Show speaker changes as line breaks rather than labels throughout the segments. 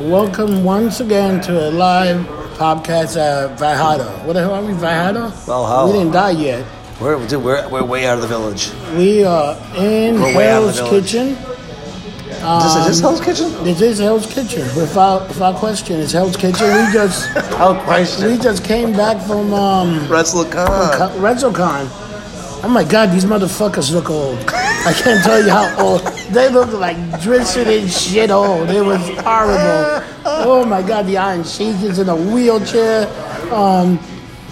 Welcome once again to a live podcast at Valhalla. What the hell are we, Valhalla?
Valhalla.
We didn't die yet.
We're, dude, we're, we're way out of the village.
We are in
We're way out
Hell's
of the village.
Kitchen.
this,
Um,
is this Hell's Kitchen?
This is Hell's Kitchen. Without, without question, it's Hell's Kitchen. We just
Hell
we
question.
just came back from um,
WrestleCon.
WrestleCon. Oh my God, these motherfuckers look old. I can't tell you how old. They look like drifted in shit old. It was horrible. Oh my God, the Iron Sheik is in a wheelchair. Um,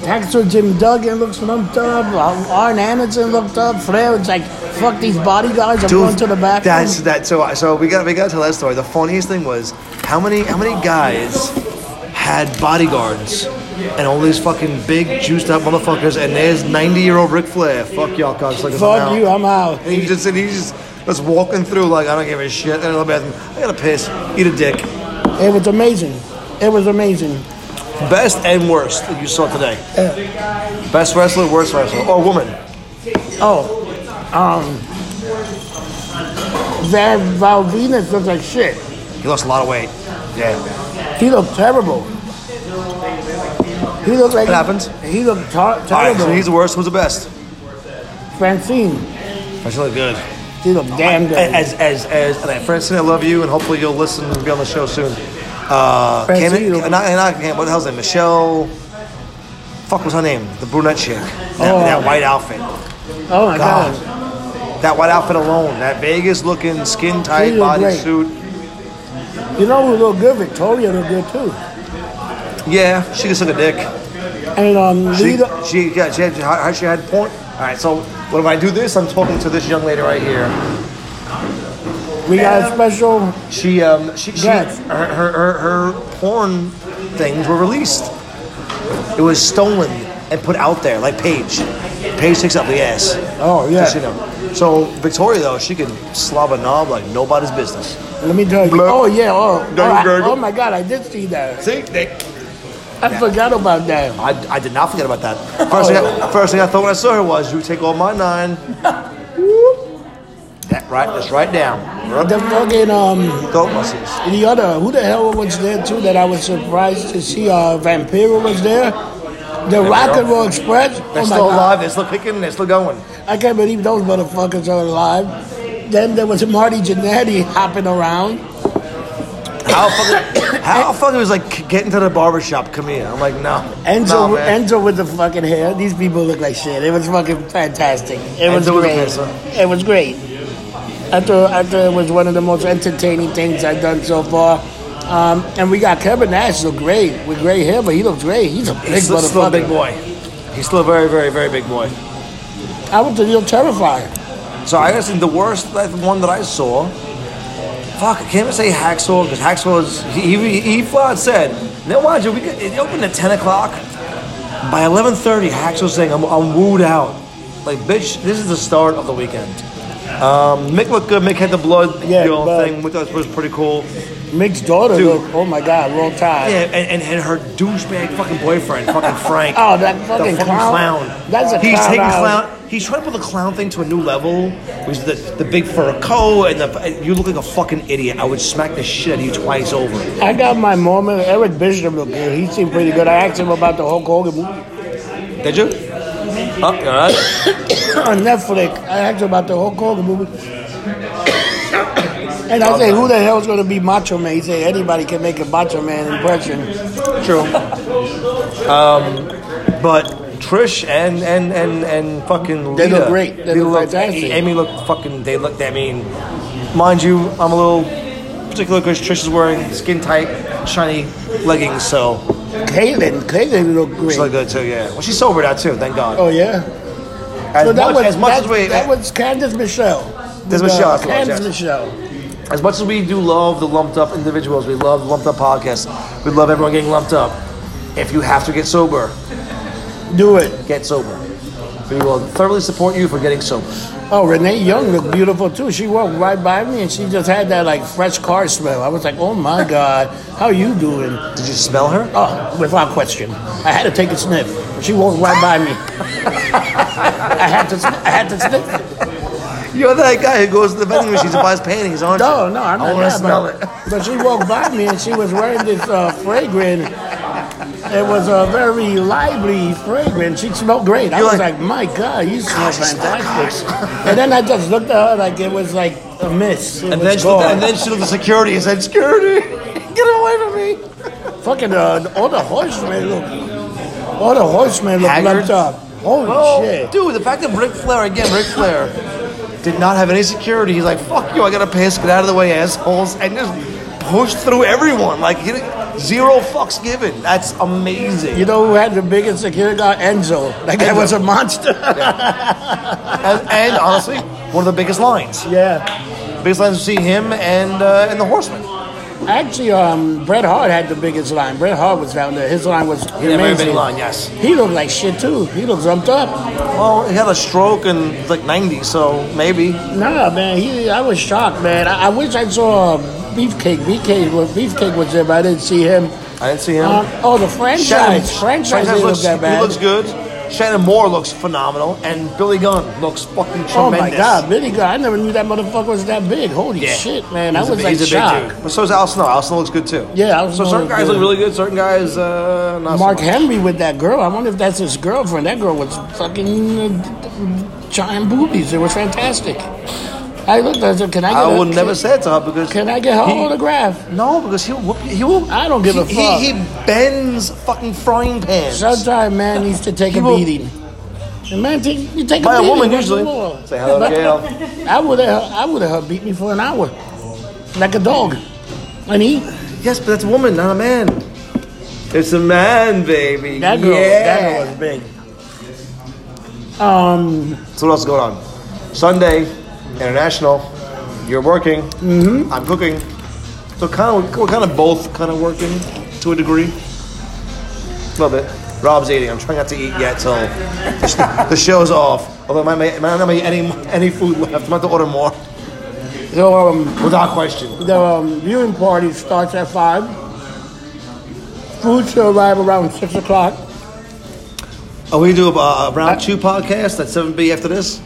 Hacksaw Jim Duggan looks lumped up. Um, Arn Anderson looked up. Flair was like, fuck these bodyguards. I'm going to the back.
That's that. So so we got we got to tell that story. The funniest thing was how many how many guys had bodyguards and all these fucking big juiced up motherfuckers and there's ninety year old Ric Flair. Fuck y'all, cuz like
Fuck you, I'm out.
And he just and he just was walking through like I don't give a shit. And I bathroom. I gotta piss. Eat a dick.
It was amazing. It was amazing.
Best and worst that you saw today.
Uh,
Best wrestler, worst wrestler, or woman.
Oh, um, that Val Venus looks like shit.
He lost a lot of weight. Yeah.
He looked terrible. He looked like
It happens.
He looked tar- terrible.
All right, so he's the worst. Who's the best?
Francine,
That's really good.
he looked
Oh
damn good.
As as as and I- Francine, I love you, and hopefully you'll listen and be on the show soon. Uh, Cam,
Francine, you-
not, not Cam, what the hell's her name? Michelle. Fuck was her name? The brunette chick. That,
Oh.
that white outfit.
oh my god.
God. That white outfit alone. That Vegas looking skin tight
She looked great.
bodysuit.
You know who looked good? Victoria looked good too.
Yeah, she just took a dick.
And um,
She,
Lita,
she, yeah, she, had, how- how she had porn. All right, so what if I do this? I'm talking to this young lady right here.
we got a special.
She um she, she her,
Yes.
her, her her porn things were released. It was stolen and put out there like Paige. Paige takes up the ass.
Oh yeah.
Just, you know. So Victoria though, she can slob a knob like nobody's business.
Let me tell you.
Blur.
Oh yeah. Oh, oh,
Don't
I-
gurgle.
oh my god, I did see that.
See, they,
I forgot about that.
I, I did not forget about that. First, thing
Oh,
I, first thing I thought when I saw her was, "You take all my nine. that right, that's right down. Rub
The fucking um.
throat muscles.
And the other, who the hell was there too that I was surprised to see? Uh, Vampiro was there. The Rock and Roll Express.
They're
oh my
still
God.
alive. They're still kicking. They're still going.
I can't believe those motherfuckers are alive. Then there was Marty Jannetty hopping around.
How fucking, how fucking was like "K- get into the barbershop, come here. I'm like, no.
Enzo,
no, man.
Enzo with the fucking hair. These people look like shit. It was fucking fantastic. It was
Enzo with the
great.
hair,
It was great. I thought, I thought it was one of the most entertaining things I've done so far. Um, and we got Kevin Nash, look great with gray hair, but he looks great. He's a big
He's still, still a
motherfucker.
big boy. He's still a very, very, very big boy.
I was a little terrified.
So I guess the worst like, the one that I saw. Fuck, I can't even say Hacksaw because Hacksaw is he he, he flat out said. Now mind you, we could, it opened at ten o'clock. By eleven thirty, Hacksaw's saying I'm, I'm wooed out. Like bitch, this is the start of the weekend. Um, Mick looked good. Mick had the blood
Yeah,
you know,
blood.
thing, which was pretty cool.
Mick's daughter,
Dude.
looked, oh my god, long time.
Yeah, and, and, and her douchebag fucking boyfriend, fucking Frank.
Oh, that
the
fucking
fucking
clown.
clown.
That's a
He's
clown
taking
out.
clown. He's trying to put the clown thing to a new level. With the, the big fur coat and the and you look like a fucking idiot. I would smack the shit out of you twice over.
I got my moment. Eric Bishop looked good. He seemed pretty good. I asked him about the Hulk Hogan movie
Did you? Oh, all right.
on Netflix. I asked him about the Hulk Hogan movie. And I say, who the hell's going to be Macho Man? He said, anybody can make a Macho Man impression.
True. Um, but Trish and and and and fucking
They
Lita,
look great. They look
looked-
fantastic.
Amy looked fucking. They looked. I mean, mind you, I'm a little particular because Trish is wearing skin tight, shiny leggings, so
Caitlyn, Caitlyn looked great.
she looked good too. Yeah. Well, she's sobered out too. Thank God.
oh yeah.
As much, as, much
that,
as, we,
that was Candice Michelle.
That's Michelle, that's what I was
Candice
asking.
Michelle.
as much as we do love the lumped up individuals, we love lumped up podcasts, we love everyone getting lumped up. If you have to get sober,
Do it.
get sober. We will thoroughly support you for getting sober.
Oh, Renee Young looked beautiful too. She walked right by me and she just had that like fresh car smell. I was like, oh my God, how you doing?
Did you smell her?
Oh, without question. I had to take a sniff. She walked right by me. I had to, sn- I had to sniff.
You're that guy who goes to the vending machines and buys paintings, aren't
No,
you?
no, I'm
I
not
wanna
that,
smell
but,
it.
But she walked by me and she was wearing this uh, fragrance. It was a very lively fragrance. She smelled great. I
You're
was
like,
like, my God, you smell
"Gosh, you smell
fantastic. And then I just looked at her like it was like a mist. It
And
was
then, she,
gone.
and then she looked at security and said, "Security, get away from me!"
Oh, Fucking uh, all the horsemen look, all the horsemen look
Haggard?
lumped up. Holy
Oh,
shit!
dude, the fact that Ric Flair again, Ric Flair did not have any security. He's like, "Fuck you! I gotta piss. Get out of the way, assholes!" And just pushed through everyone like he didn't- zero fucks given. That's amazing.
You know who had the biggest security guard? Enzo. That guy
Enzo.
was a monster.
and, and honestly, one of the biggest lines.
yeah.
Biggest lines we see him and uh, and the Horseman.
Actually, um, Bret Hart had the biggest line. Bret Hart was down there. His line was
He had a very
amazing.
big line, yes.
He looked like shit too. He looked jumped up.
Well, he had a stroke in like '90, so maybe.
Nah, man. He, I was shocked, man. I, I wish I saw Beefcake. Beefcake, was- Beefcake was there, but I didn't see him.
I didn't see him.
Um, oh, the franchise. franchise, didn't
looks,
look that bad.
He looks good. Shannon Moore looks phenomenal, and Billy Gunn looks fucking tremendous.
Oh my God, Billy God! I never knew that motherfucker was that big. Holy
Yeah.
shit, man!
He's
I
a
was
big-
like
he's a big
shocked.
dude. But so is Al Snow. Al Snow looks good too.
Yeah, Al
So
Snow
certain
looks
guys
good.
look really good. Certain guys, uh, not so
Mark
much.
Henry with that girl. I wonder if that's his girlfriend. That girl was fucking uh, giant boobies. It was fantastic. I looked. I said, "Can I get?"
I
a-
would never say it to her because
Can I get her
he-
autograph?
No, because he'll whoop you. He will.
I don't give
he,
a fuck.
He, he bends fucking frying pans.
Sometimes man needs to take a
People-
beating. The man, take, you take
By
a
a
beating
woman
once
usually.
in a while.
Say hello, Gail.
I would have. I would have beat me for an hour, like a dog, and he.
Yes, but that's a woman, not a man. It's a man, baby.
That girl, that
Yeah.
girl was big. Um,
So what else is going on? Sunday, international. You're working. Mm-hmm. I'm cooking. So kind of we're kind of both kind of working to a degree. A little bit. Rob's eating. I'm trying not to eat yet till the show's off. Although I might, might not be any any food left. I'm going to order more
so um,
without question.
the um, viewing party starts at five. Food should arrive around six o'clock.
Are Oh, we do a, a
Uh,
round two podcast at 7B after this?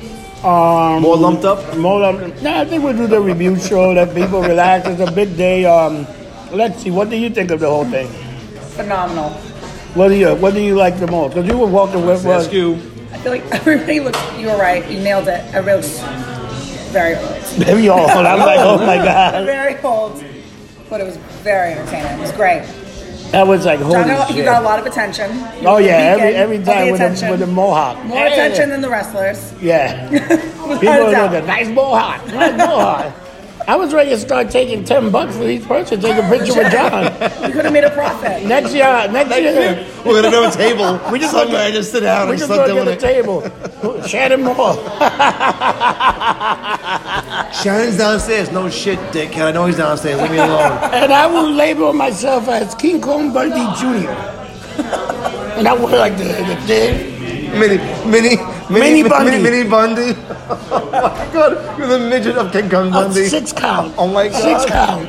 Um,
More lumped up.
more of, nah, I think we'll do the review show. Let people relax. It's a big day. Um, let's see. What do you think of the whole thing?
phenomenal.
What do you What do you like the most? Because you were walking with us.
Ask you.
I feel like everybody was. You were right. You nailed it. I really was very old.
Very old. I'm like, oh my god.
Very old, but it was very entertaining. It was great.
That was like holy
Donald, you
shit.
got a lot of attention. You
Oh
were the
yeah, every
beacon
every time
of the
with the,
attention.
with the mohawk.
more
Hey.
attention than the wrestlers.
Yeah.
Without
People look
a doubt.
at nice mohawk, nice mohawk. I was ready to start taking ten bucks for each person, take a picture with John.
You could have made a profit.
Next year, next year,
We're gonna do a table.
We just
somewhere.
look-
I just sit down
we
and
just
start
gonna get a
doing it.
table. Shannon Moore.
Shannon's downstairs. No shit, dickhead. I know he's downstairs. Leave me alone.
And I will label myself as King Kong Bundy Jr. And I wear like the, the thing.
Mini, mini,
Mini
mini,
Bundy.
Mini, mini Bundy. oh my god, you're the midget of King Kong
a
Bundy.
six count.
Oh my
Six count.
God.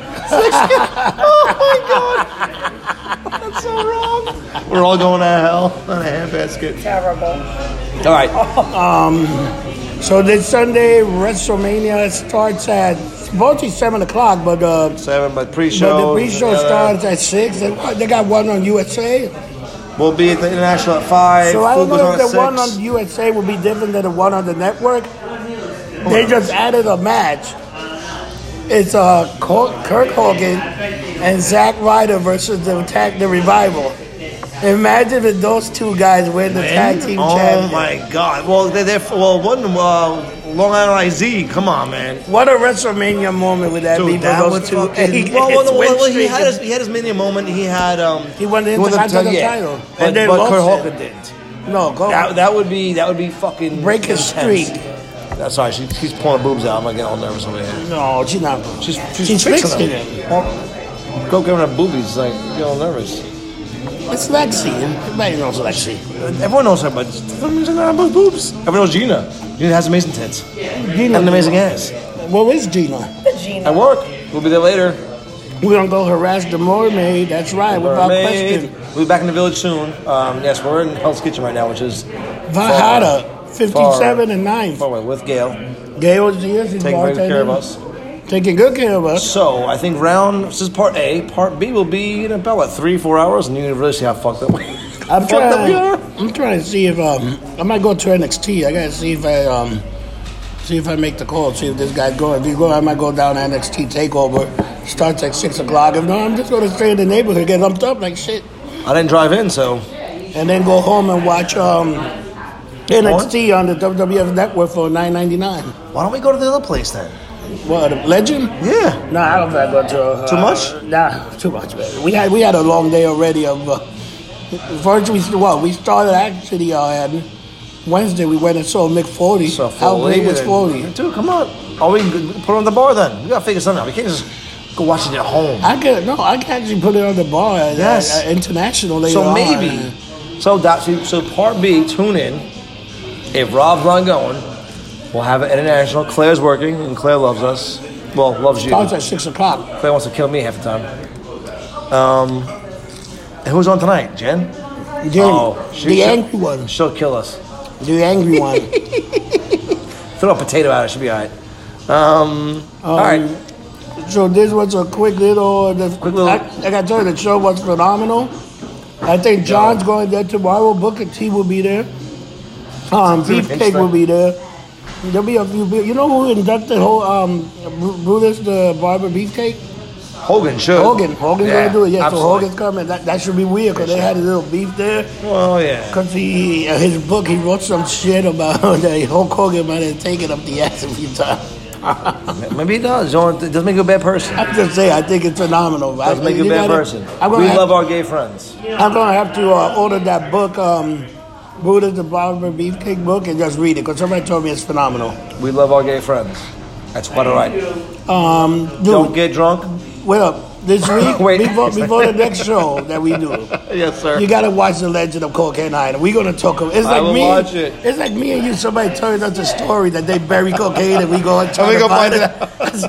That's so wrong. We're all going to hell on a handbasket.
Terrible.
All right.
So this Sunday, WrestleMania starts at mostly seven o'clock, but uh,
Seven, but
but the
pre-show.
pre-show
uh,
starts at six. And they got one on USA.
We'll be at the international at five.
So I don't
Food
know
goes
if the
on
one
at six.
on USA will be different than the one on the network. They just added a match. It's uh, Col- Kirk Hogan and Zack Ryder versus the Attack the Revival. Imagine if those two guys win the tag team
oh
champion.
my god. Well, they're, they're well one uh, Long Island IZ. Come on, man.
What a WrestleMania moment would that be
Dude,
for
that
those
was
two?
fucking.
It's
Well, well, well,
win
well, he
streak.
had his he had his mania moment. He had um.
He won the Intercontinental title. And
but,
then
but Kurt
lost it.
Hawkins didn't.
no, go
That, that would be that would be fucking
Break his
intense.
streak.
Uh, sorry, she, she's pulling boobs out. I'm like getting all nervous over here.
No, she's not.
She's she's,
She's fixing
fixing them. Well, Go give her boobies. It's Like get all nervous.
It's Lexi. Everybody knows Lexi.
Everyone knows her, but for some reason I have boobs. Everyone knows Gina. Gina has amazing tits and an amazing ass.
Where is Gina?
At work, we'll be there later.
We're gonna go harass the mermaid. That's right, without
Mermaid.
question.
We'll be back in the village soon. Um, yes, we're in Hell's Kitchen right now, which is
Vajada,
far-
fifty-seven and nine.
far away with Gail.
Gail was here. She's
Taking very good care of
bartending.
us.
Taking good care of us.
So I think round this is part A. Part B will be in about what three, four hours, and you can really see how fucked up.
I'm
fucked up we
trying.
are.
I'm trying to see if um I might go to NXT. I gotta see if I um see if I make the call. See if this guy go. If he go, I might go down to NXT Takeover. Starts at six o'clock. If not, I'm just gonna stay in the neighborhood, get lumped up like shit,
I didn't drive in, so
and then go home and watch um NXT on the WWF network for nine ninety nine.
why don't we go to the other place then?
What a legend?
Yeah.
No, I don't think I go to uh,
Too much?
Nah, too much, man. We had we had a long day already of uh, virtually. Well, we started actually uh, on Wednesday. We went and saw Mick Foley.
So
How
Foley
late was
and-
Foley?
Dude, come on. Or we can put on the bar then. We gotta figure something out. We can't just go watch it at home.
I could no, I could actually put it on the bar. at-
Yes.
at international later
So
on.
maybe. So that so, so part B, tune in. If Rob's not going, we'll have it international. Claire's working, and Claire loves us. Well, loves you.
Starts at six o'clock.
Claire wants to kill me half the time. Um, and who's on tonight? Jen.
Jim,
Oh, she-
the
she-
angry one,
She'll kill us.
the angry one.
Throw a potato at her. She'll be all right. Um, all right.
So this was a quick little. The,
Quick little-
I, like I told you, the show was phenomenal. I think John's going there tomorrow. Booker T will be there. Um, Beefcake will be there. There'll be a few. pe- You know who inducted whole um, Bru- Brutus the Barber Beefcake?
Hogan should.
Hogan. Hogan's gonna do it. Yeah,
absolutely.
so Hogan's coming. That, that should be weird because they had a little beef there.
Well, yeah.
Cause he, uh, his book, he wrote some shit about that Hulk Hogan might have taken up the ass a few times.
Maybe it does. Don't- It doesn't make you a bad person.
I'm just saying, I think it's phenomenal. I
doesn't make you a
you
bad
gotta-
person.
I'm gonna
We
have-
love our gay friends.
I'm gonna have to uh, order that book, um, Buddha the Barber Beefcake book, and just read it because somebody told me it's phenomenal.
We love our gay friends. That's quite all right.
Um, dude,
Don't get drunk.
wait up. This week,
Wait.
before, before the next show that we do,
Yes, sir.
you gotta watch The Legend of Cocaine Island. We're gonna talk about it's
I
like
will
me.
watch it.
It's like me and you. Somebody telling us a story that they bury cocaine, and we go and try
we
to
go
find
find
it. That's,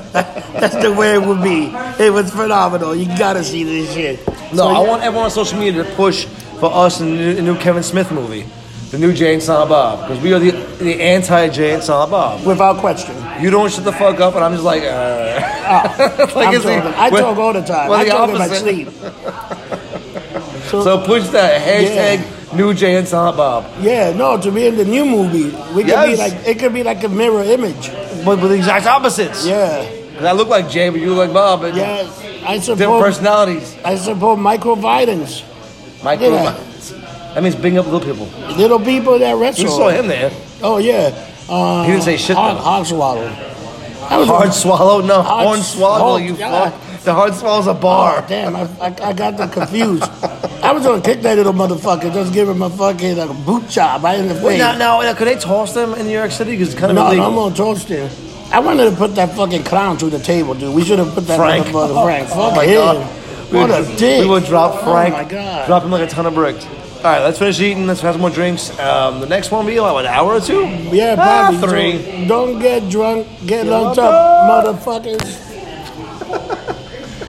that's the way it would be. It was phenomenal. You gotta see this shit.
No,
So,
I
yeah.
want everyone on social media to push for us in the new- the new Kevin Smith movie, the new Jane Silent Bob, because we are the, the anti Jane Silent Bob.
without question. Ah.
You don't shut the fuck up, and I'm just like, uh. like
I'm
it's the-
talking- I
we're-
talk all the time.
we're
I
the
talk in my
opposite.
sleep.
So push that hashtag new Jane Silent Bob.
Yeah, no, to be in the new movie, we could be
Yes.
like it could be like a mirror image.
But with the exact opposites.
Yeah,
'Cause I look like Jay, but you look like Bob, and
yeah. I
different
support
personalities.
I support microvidence.
Michael.
Yeah.
That means bring up little people.
Little people that
You
wrestle.
saw him there.
Oh yeah. Uh,
He didn't say shit,
Hard,
though.
hard swallow. That was
Hard
a-
swallow? No,
Hard
horn swallow,
swallow,
you
yeah.
fuck. The hard swallow's a
Oh,
bar.
damn, I, I, I got them confused. I was gonna kick that little motherfucker, just give him a fucking like a boot chop right in the
Wait,
face.
now, now, now, could they toss them in New York City? Because it's kind of
No, no,
illegal.
I'm on toast there. I wanted to put that fucking clown through the table, dude. We should have put that
Frank.
motherfucker Frank.
Oh
Fuck
my
him.
god. We
What
would-
a dick.
We would drop Frank.
Oh my god.
Drop him like a ton of bricks. All right, let's finish eating. Let's have some more drinks. Um, the next one will be like, what, an hour or two?
yeah,
Ah,
probably.
three.
Don't, don't get drunk. Get lumped
lumped
up, motherfucker.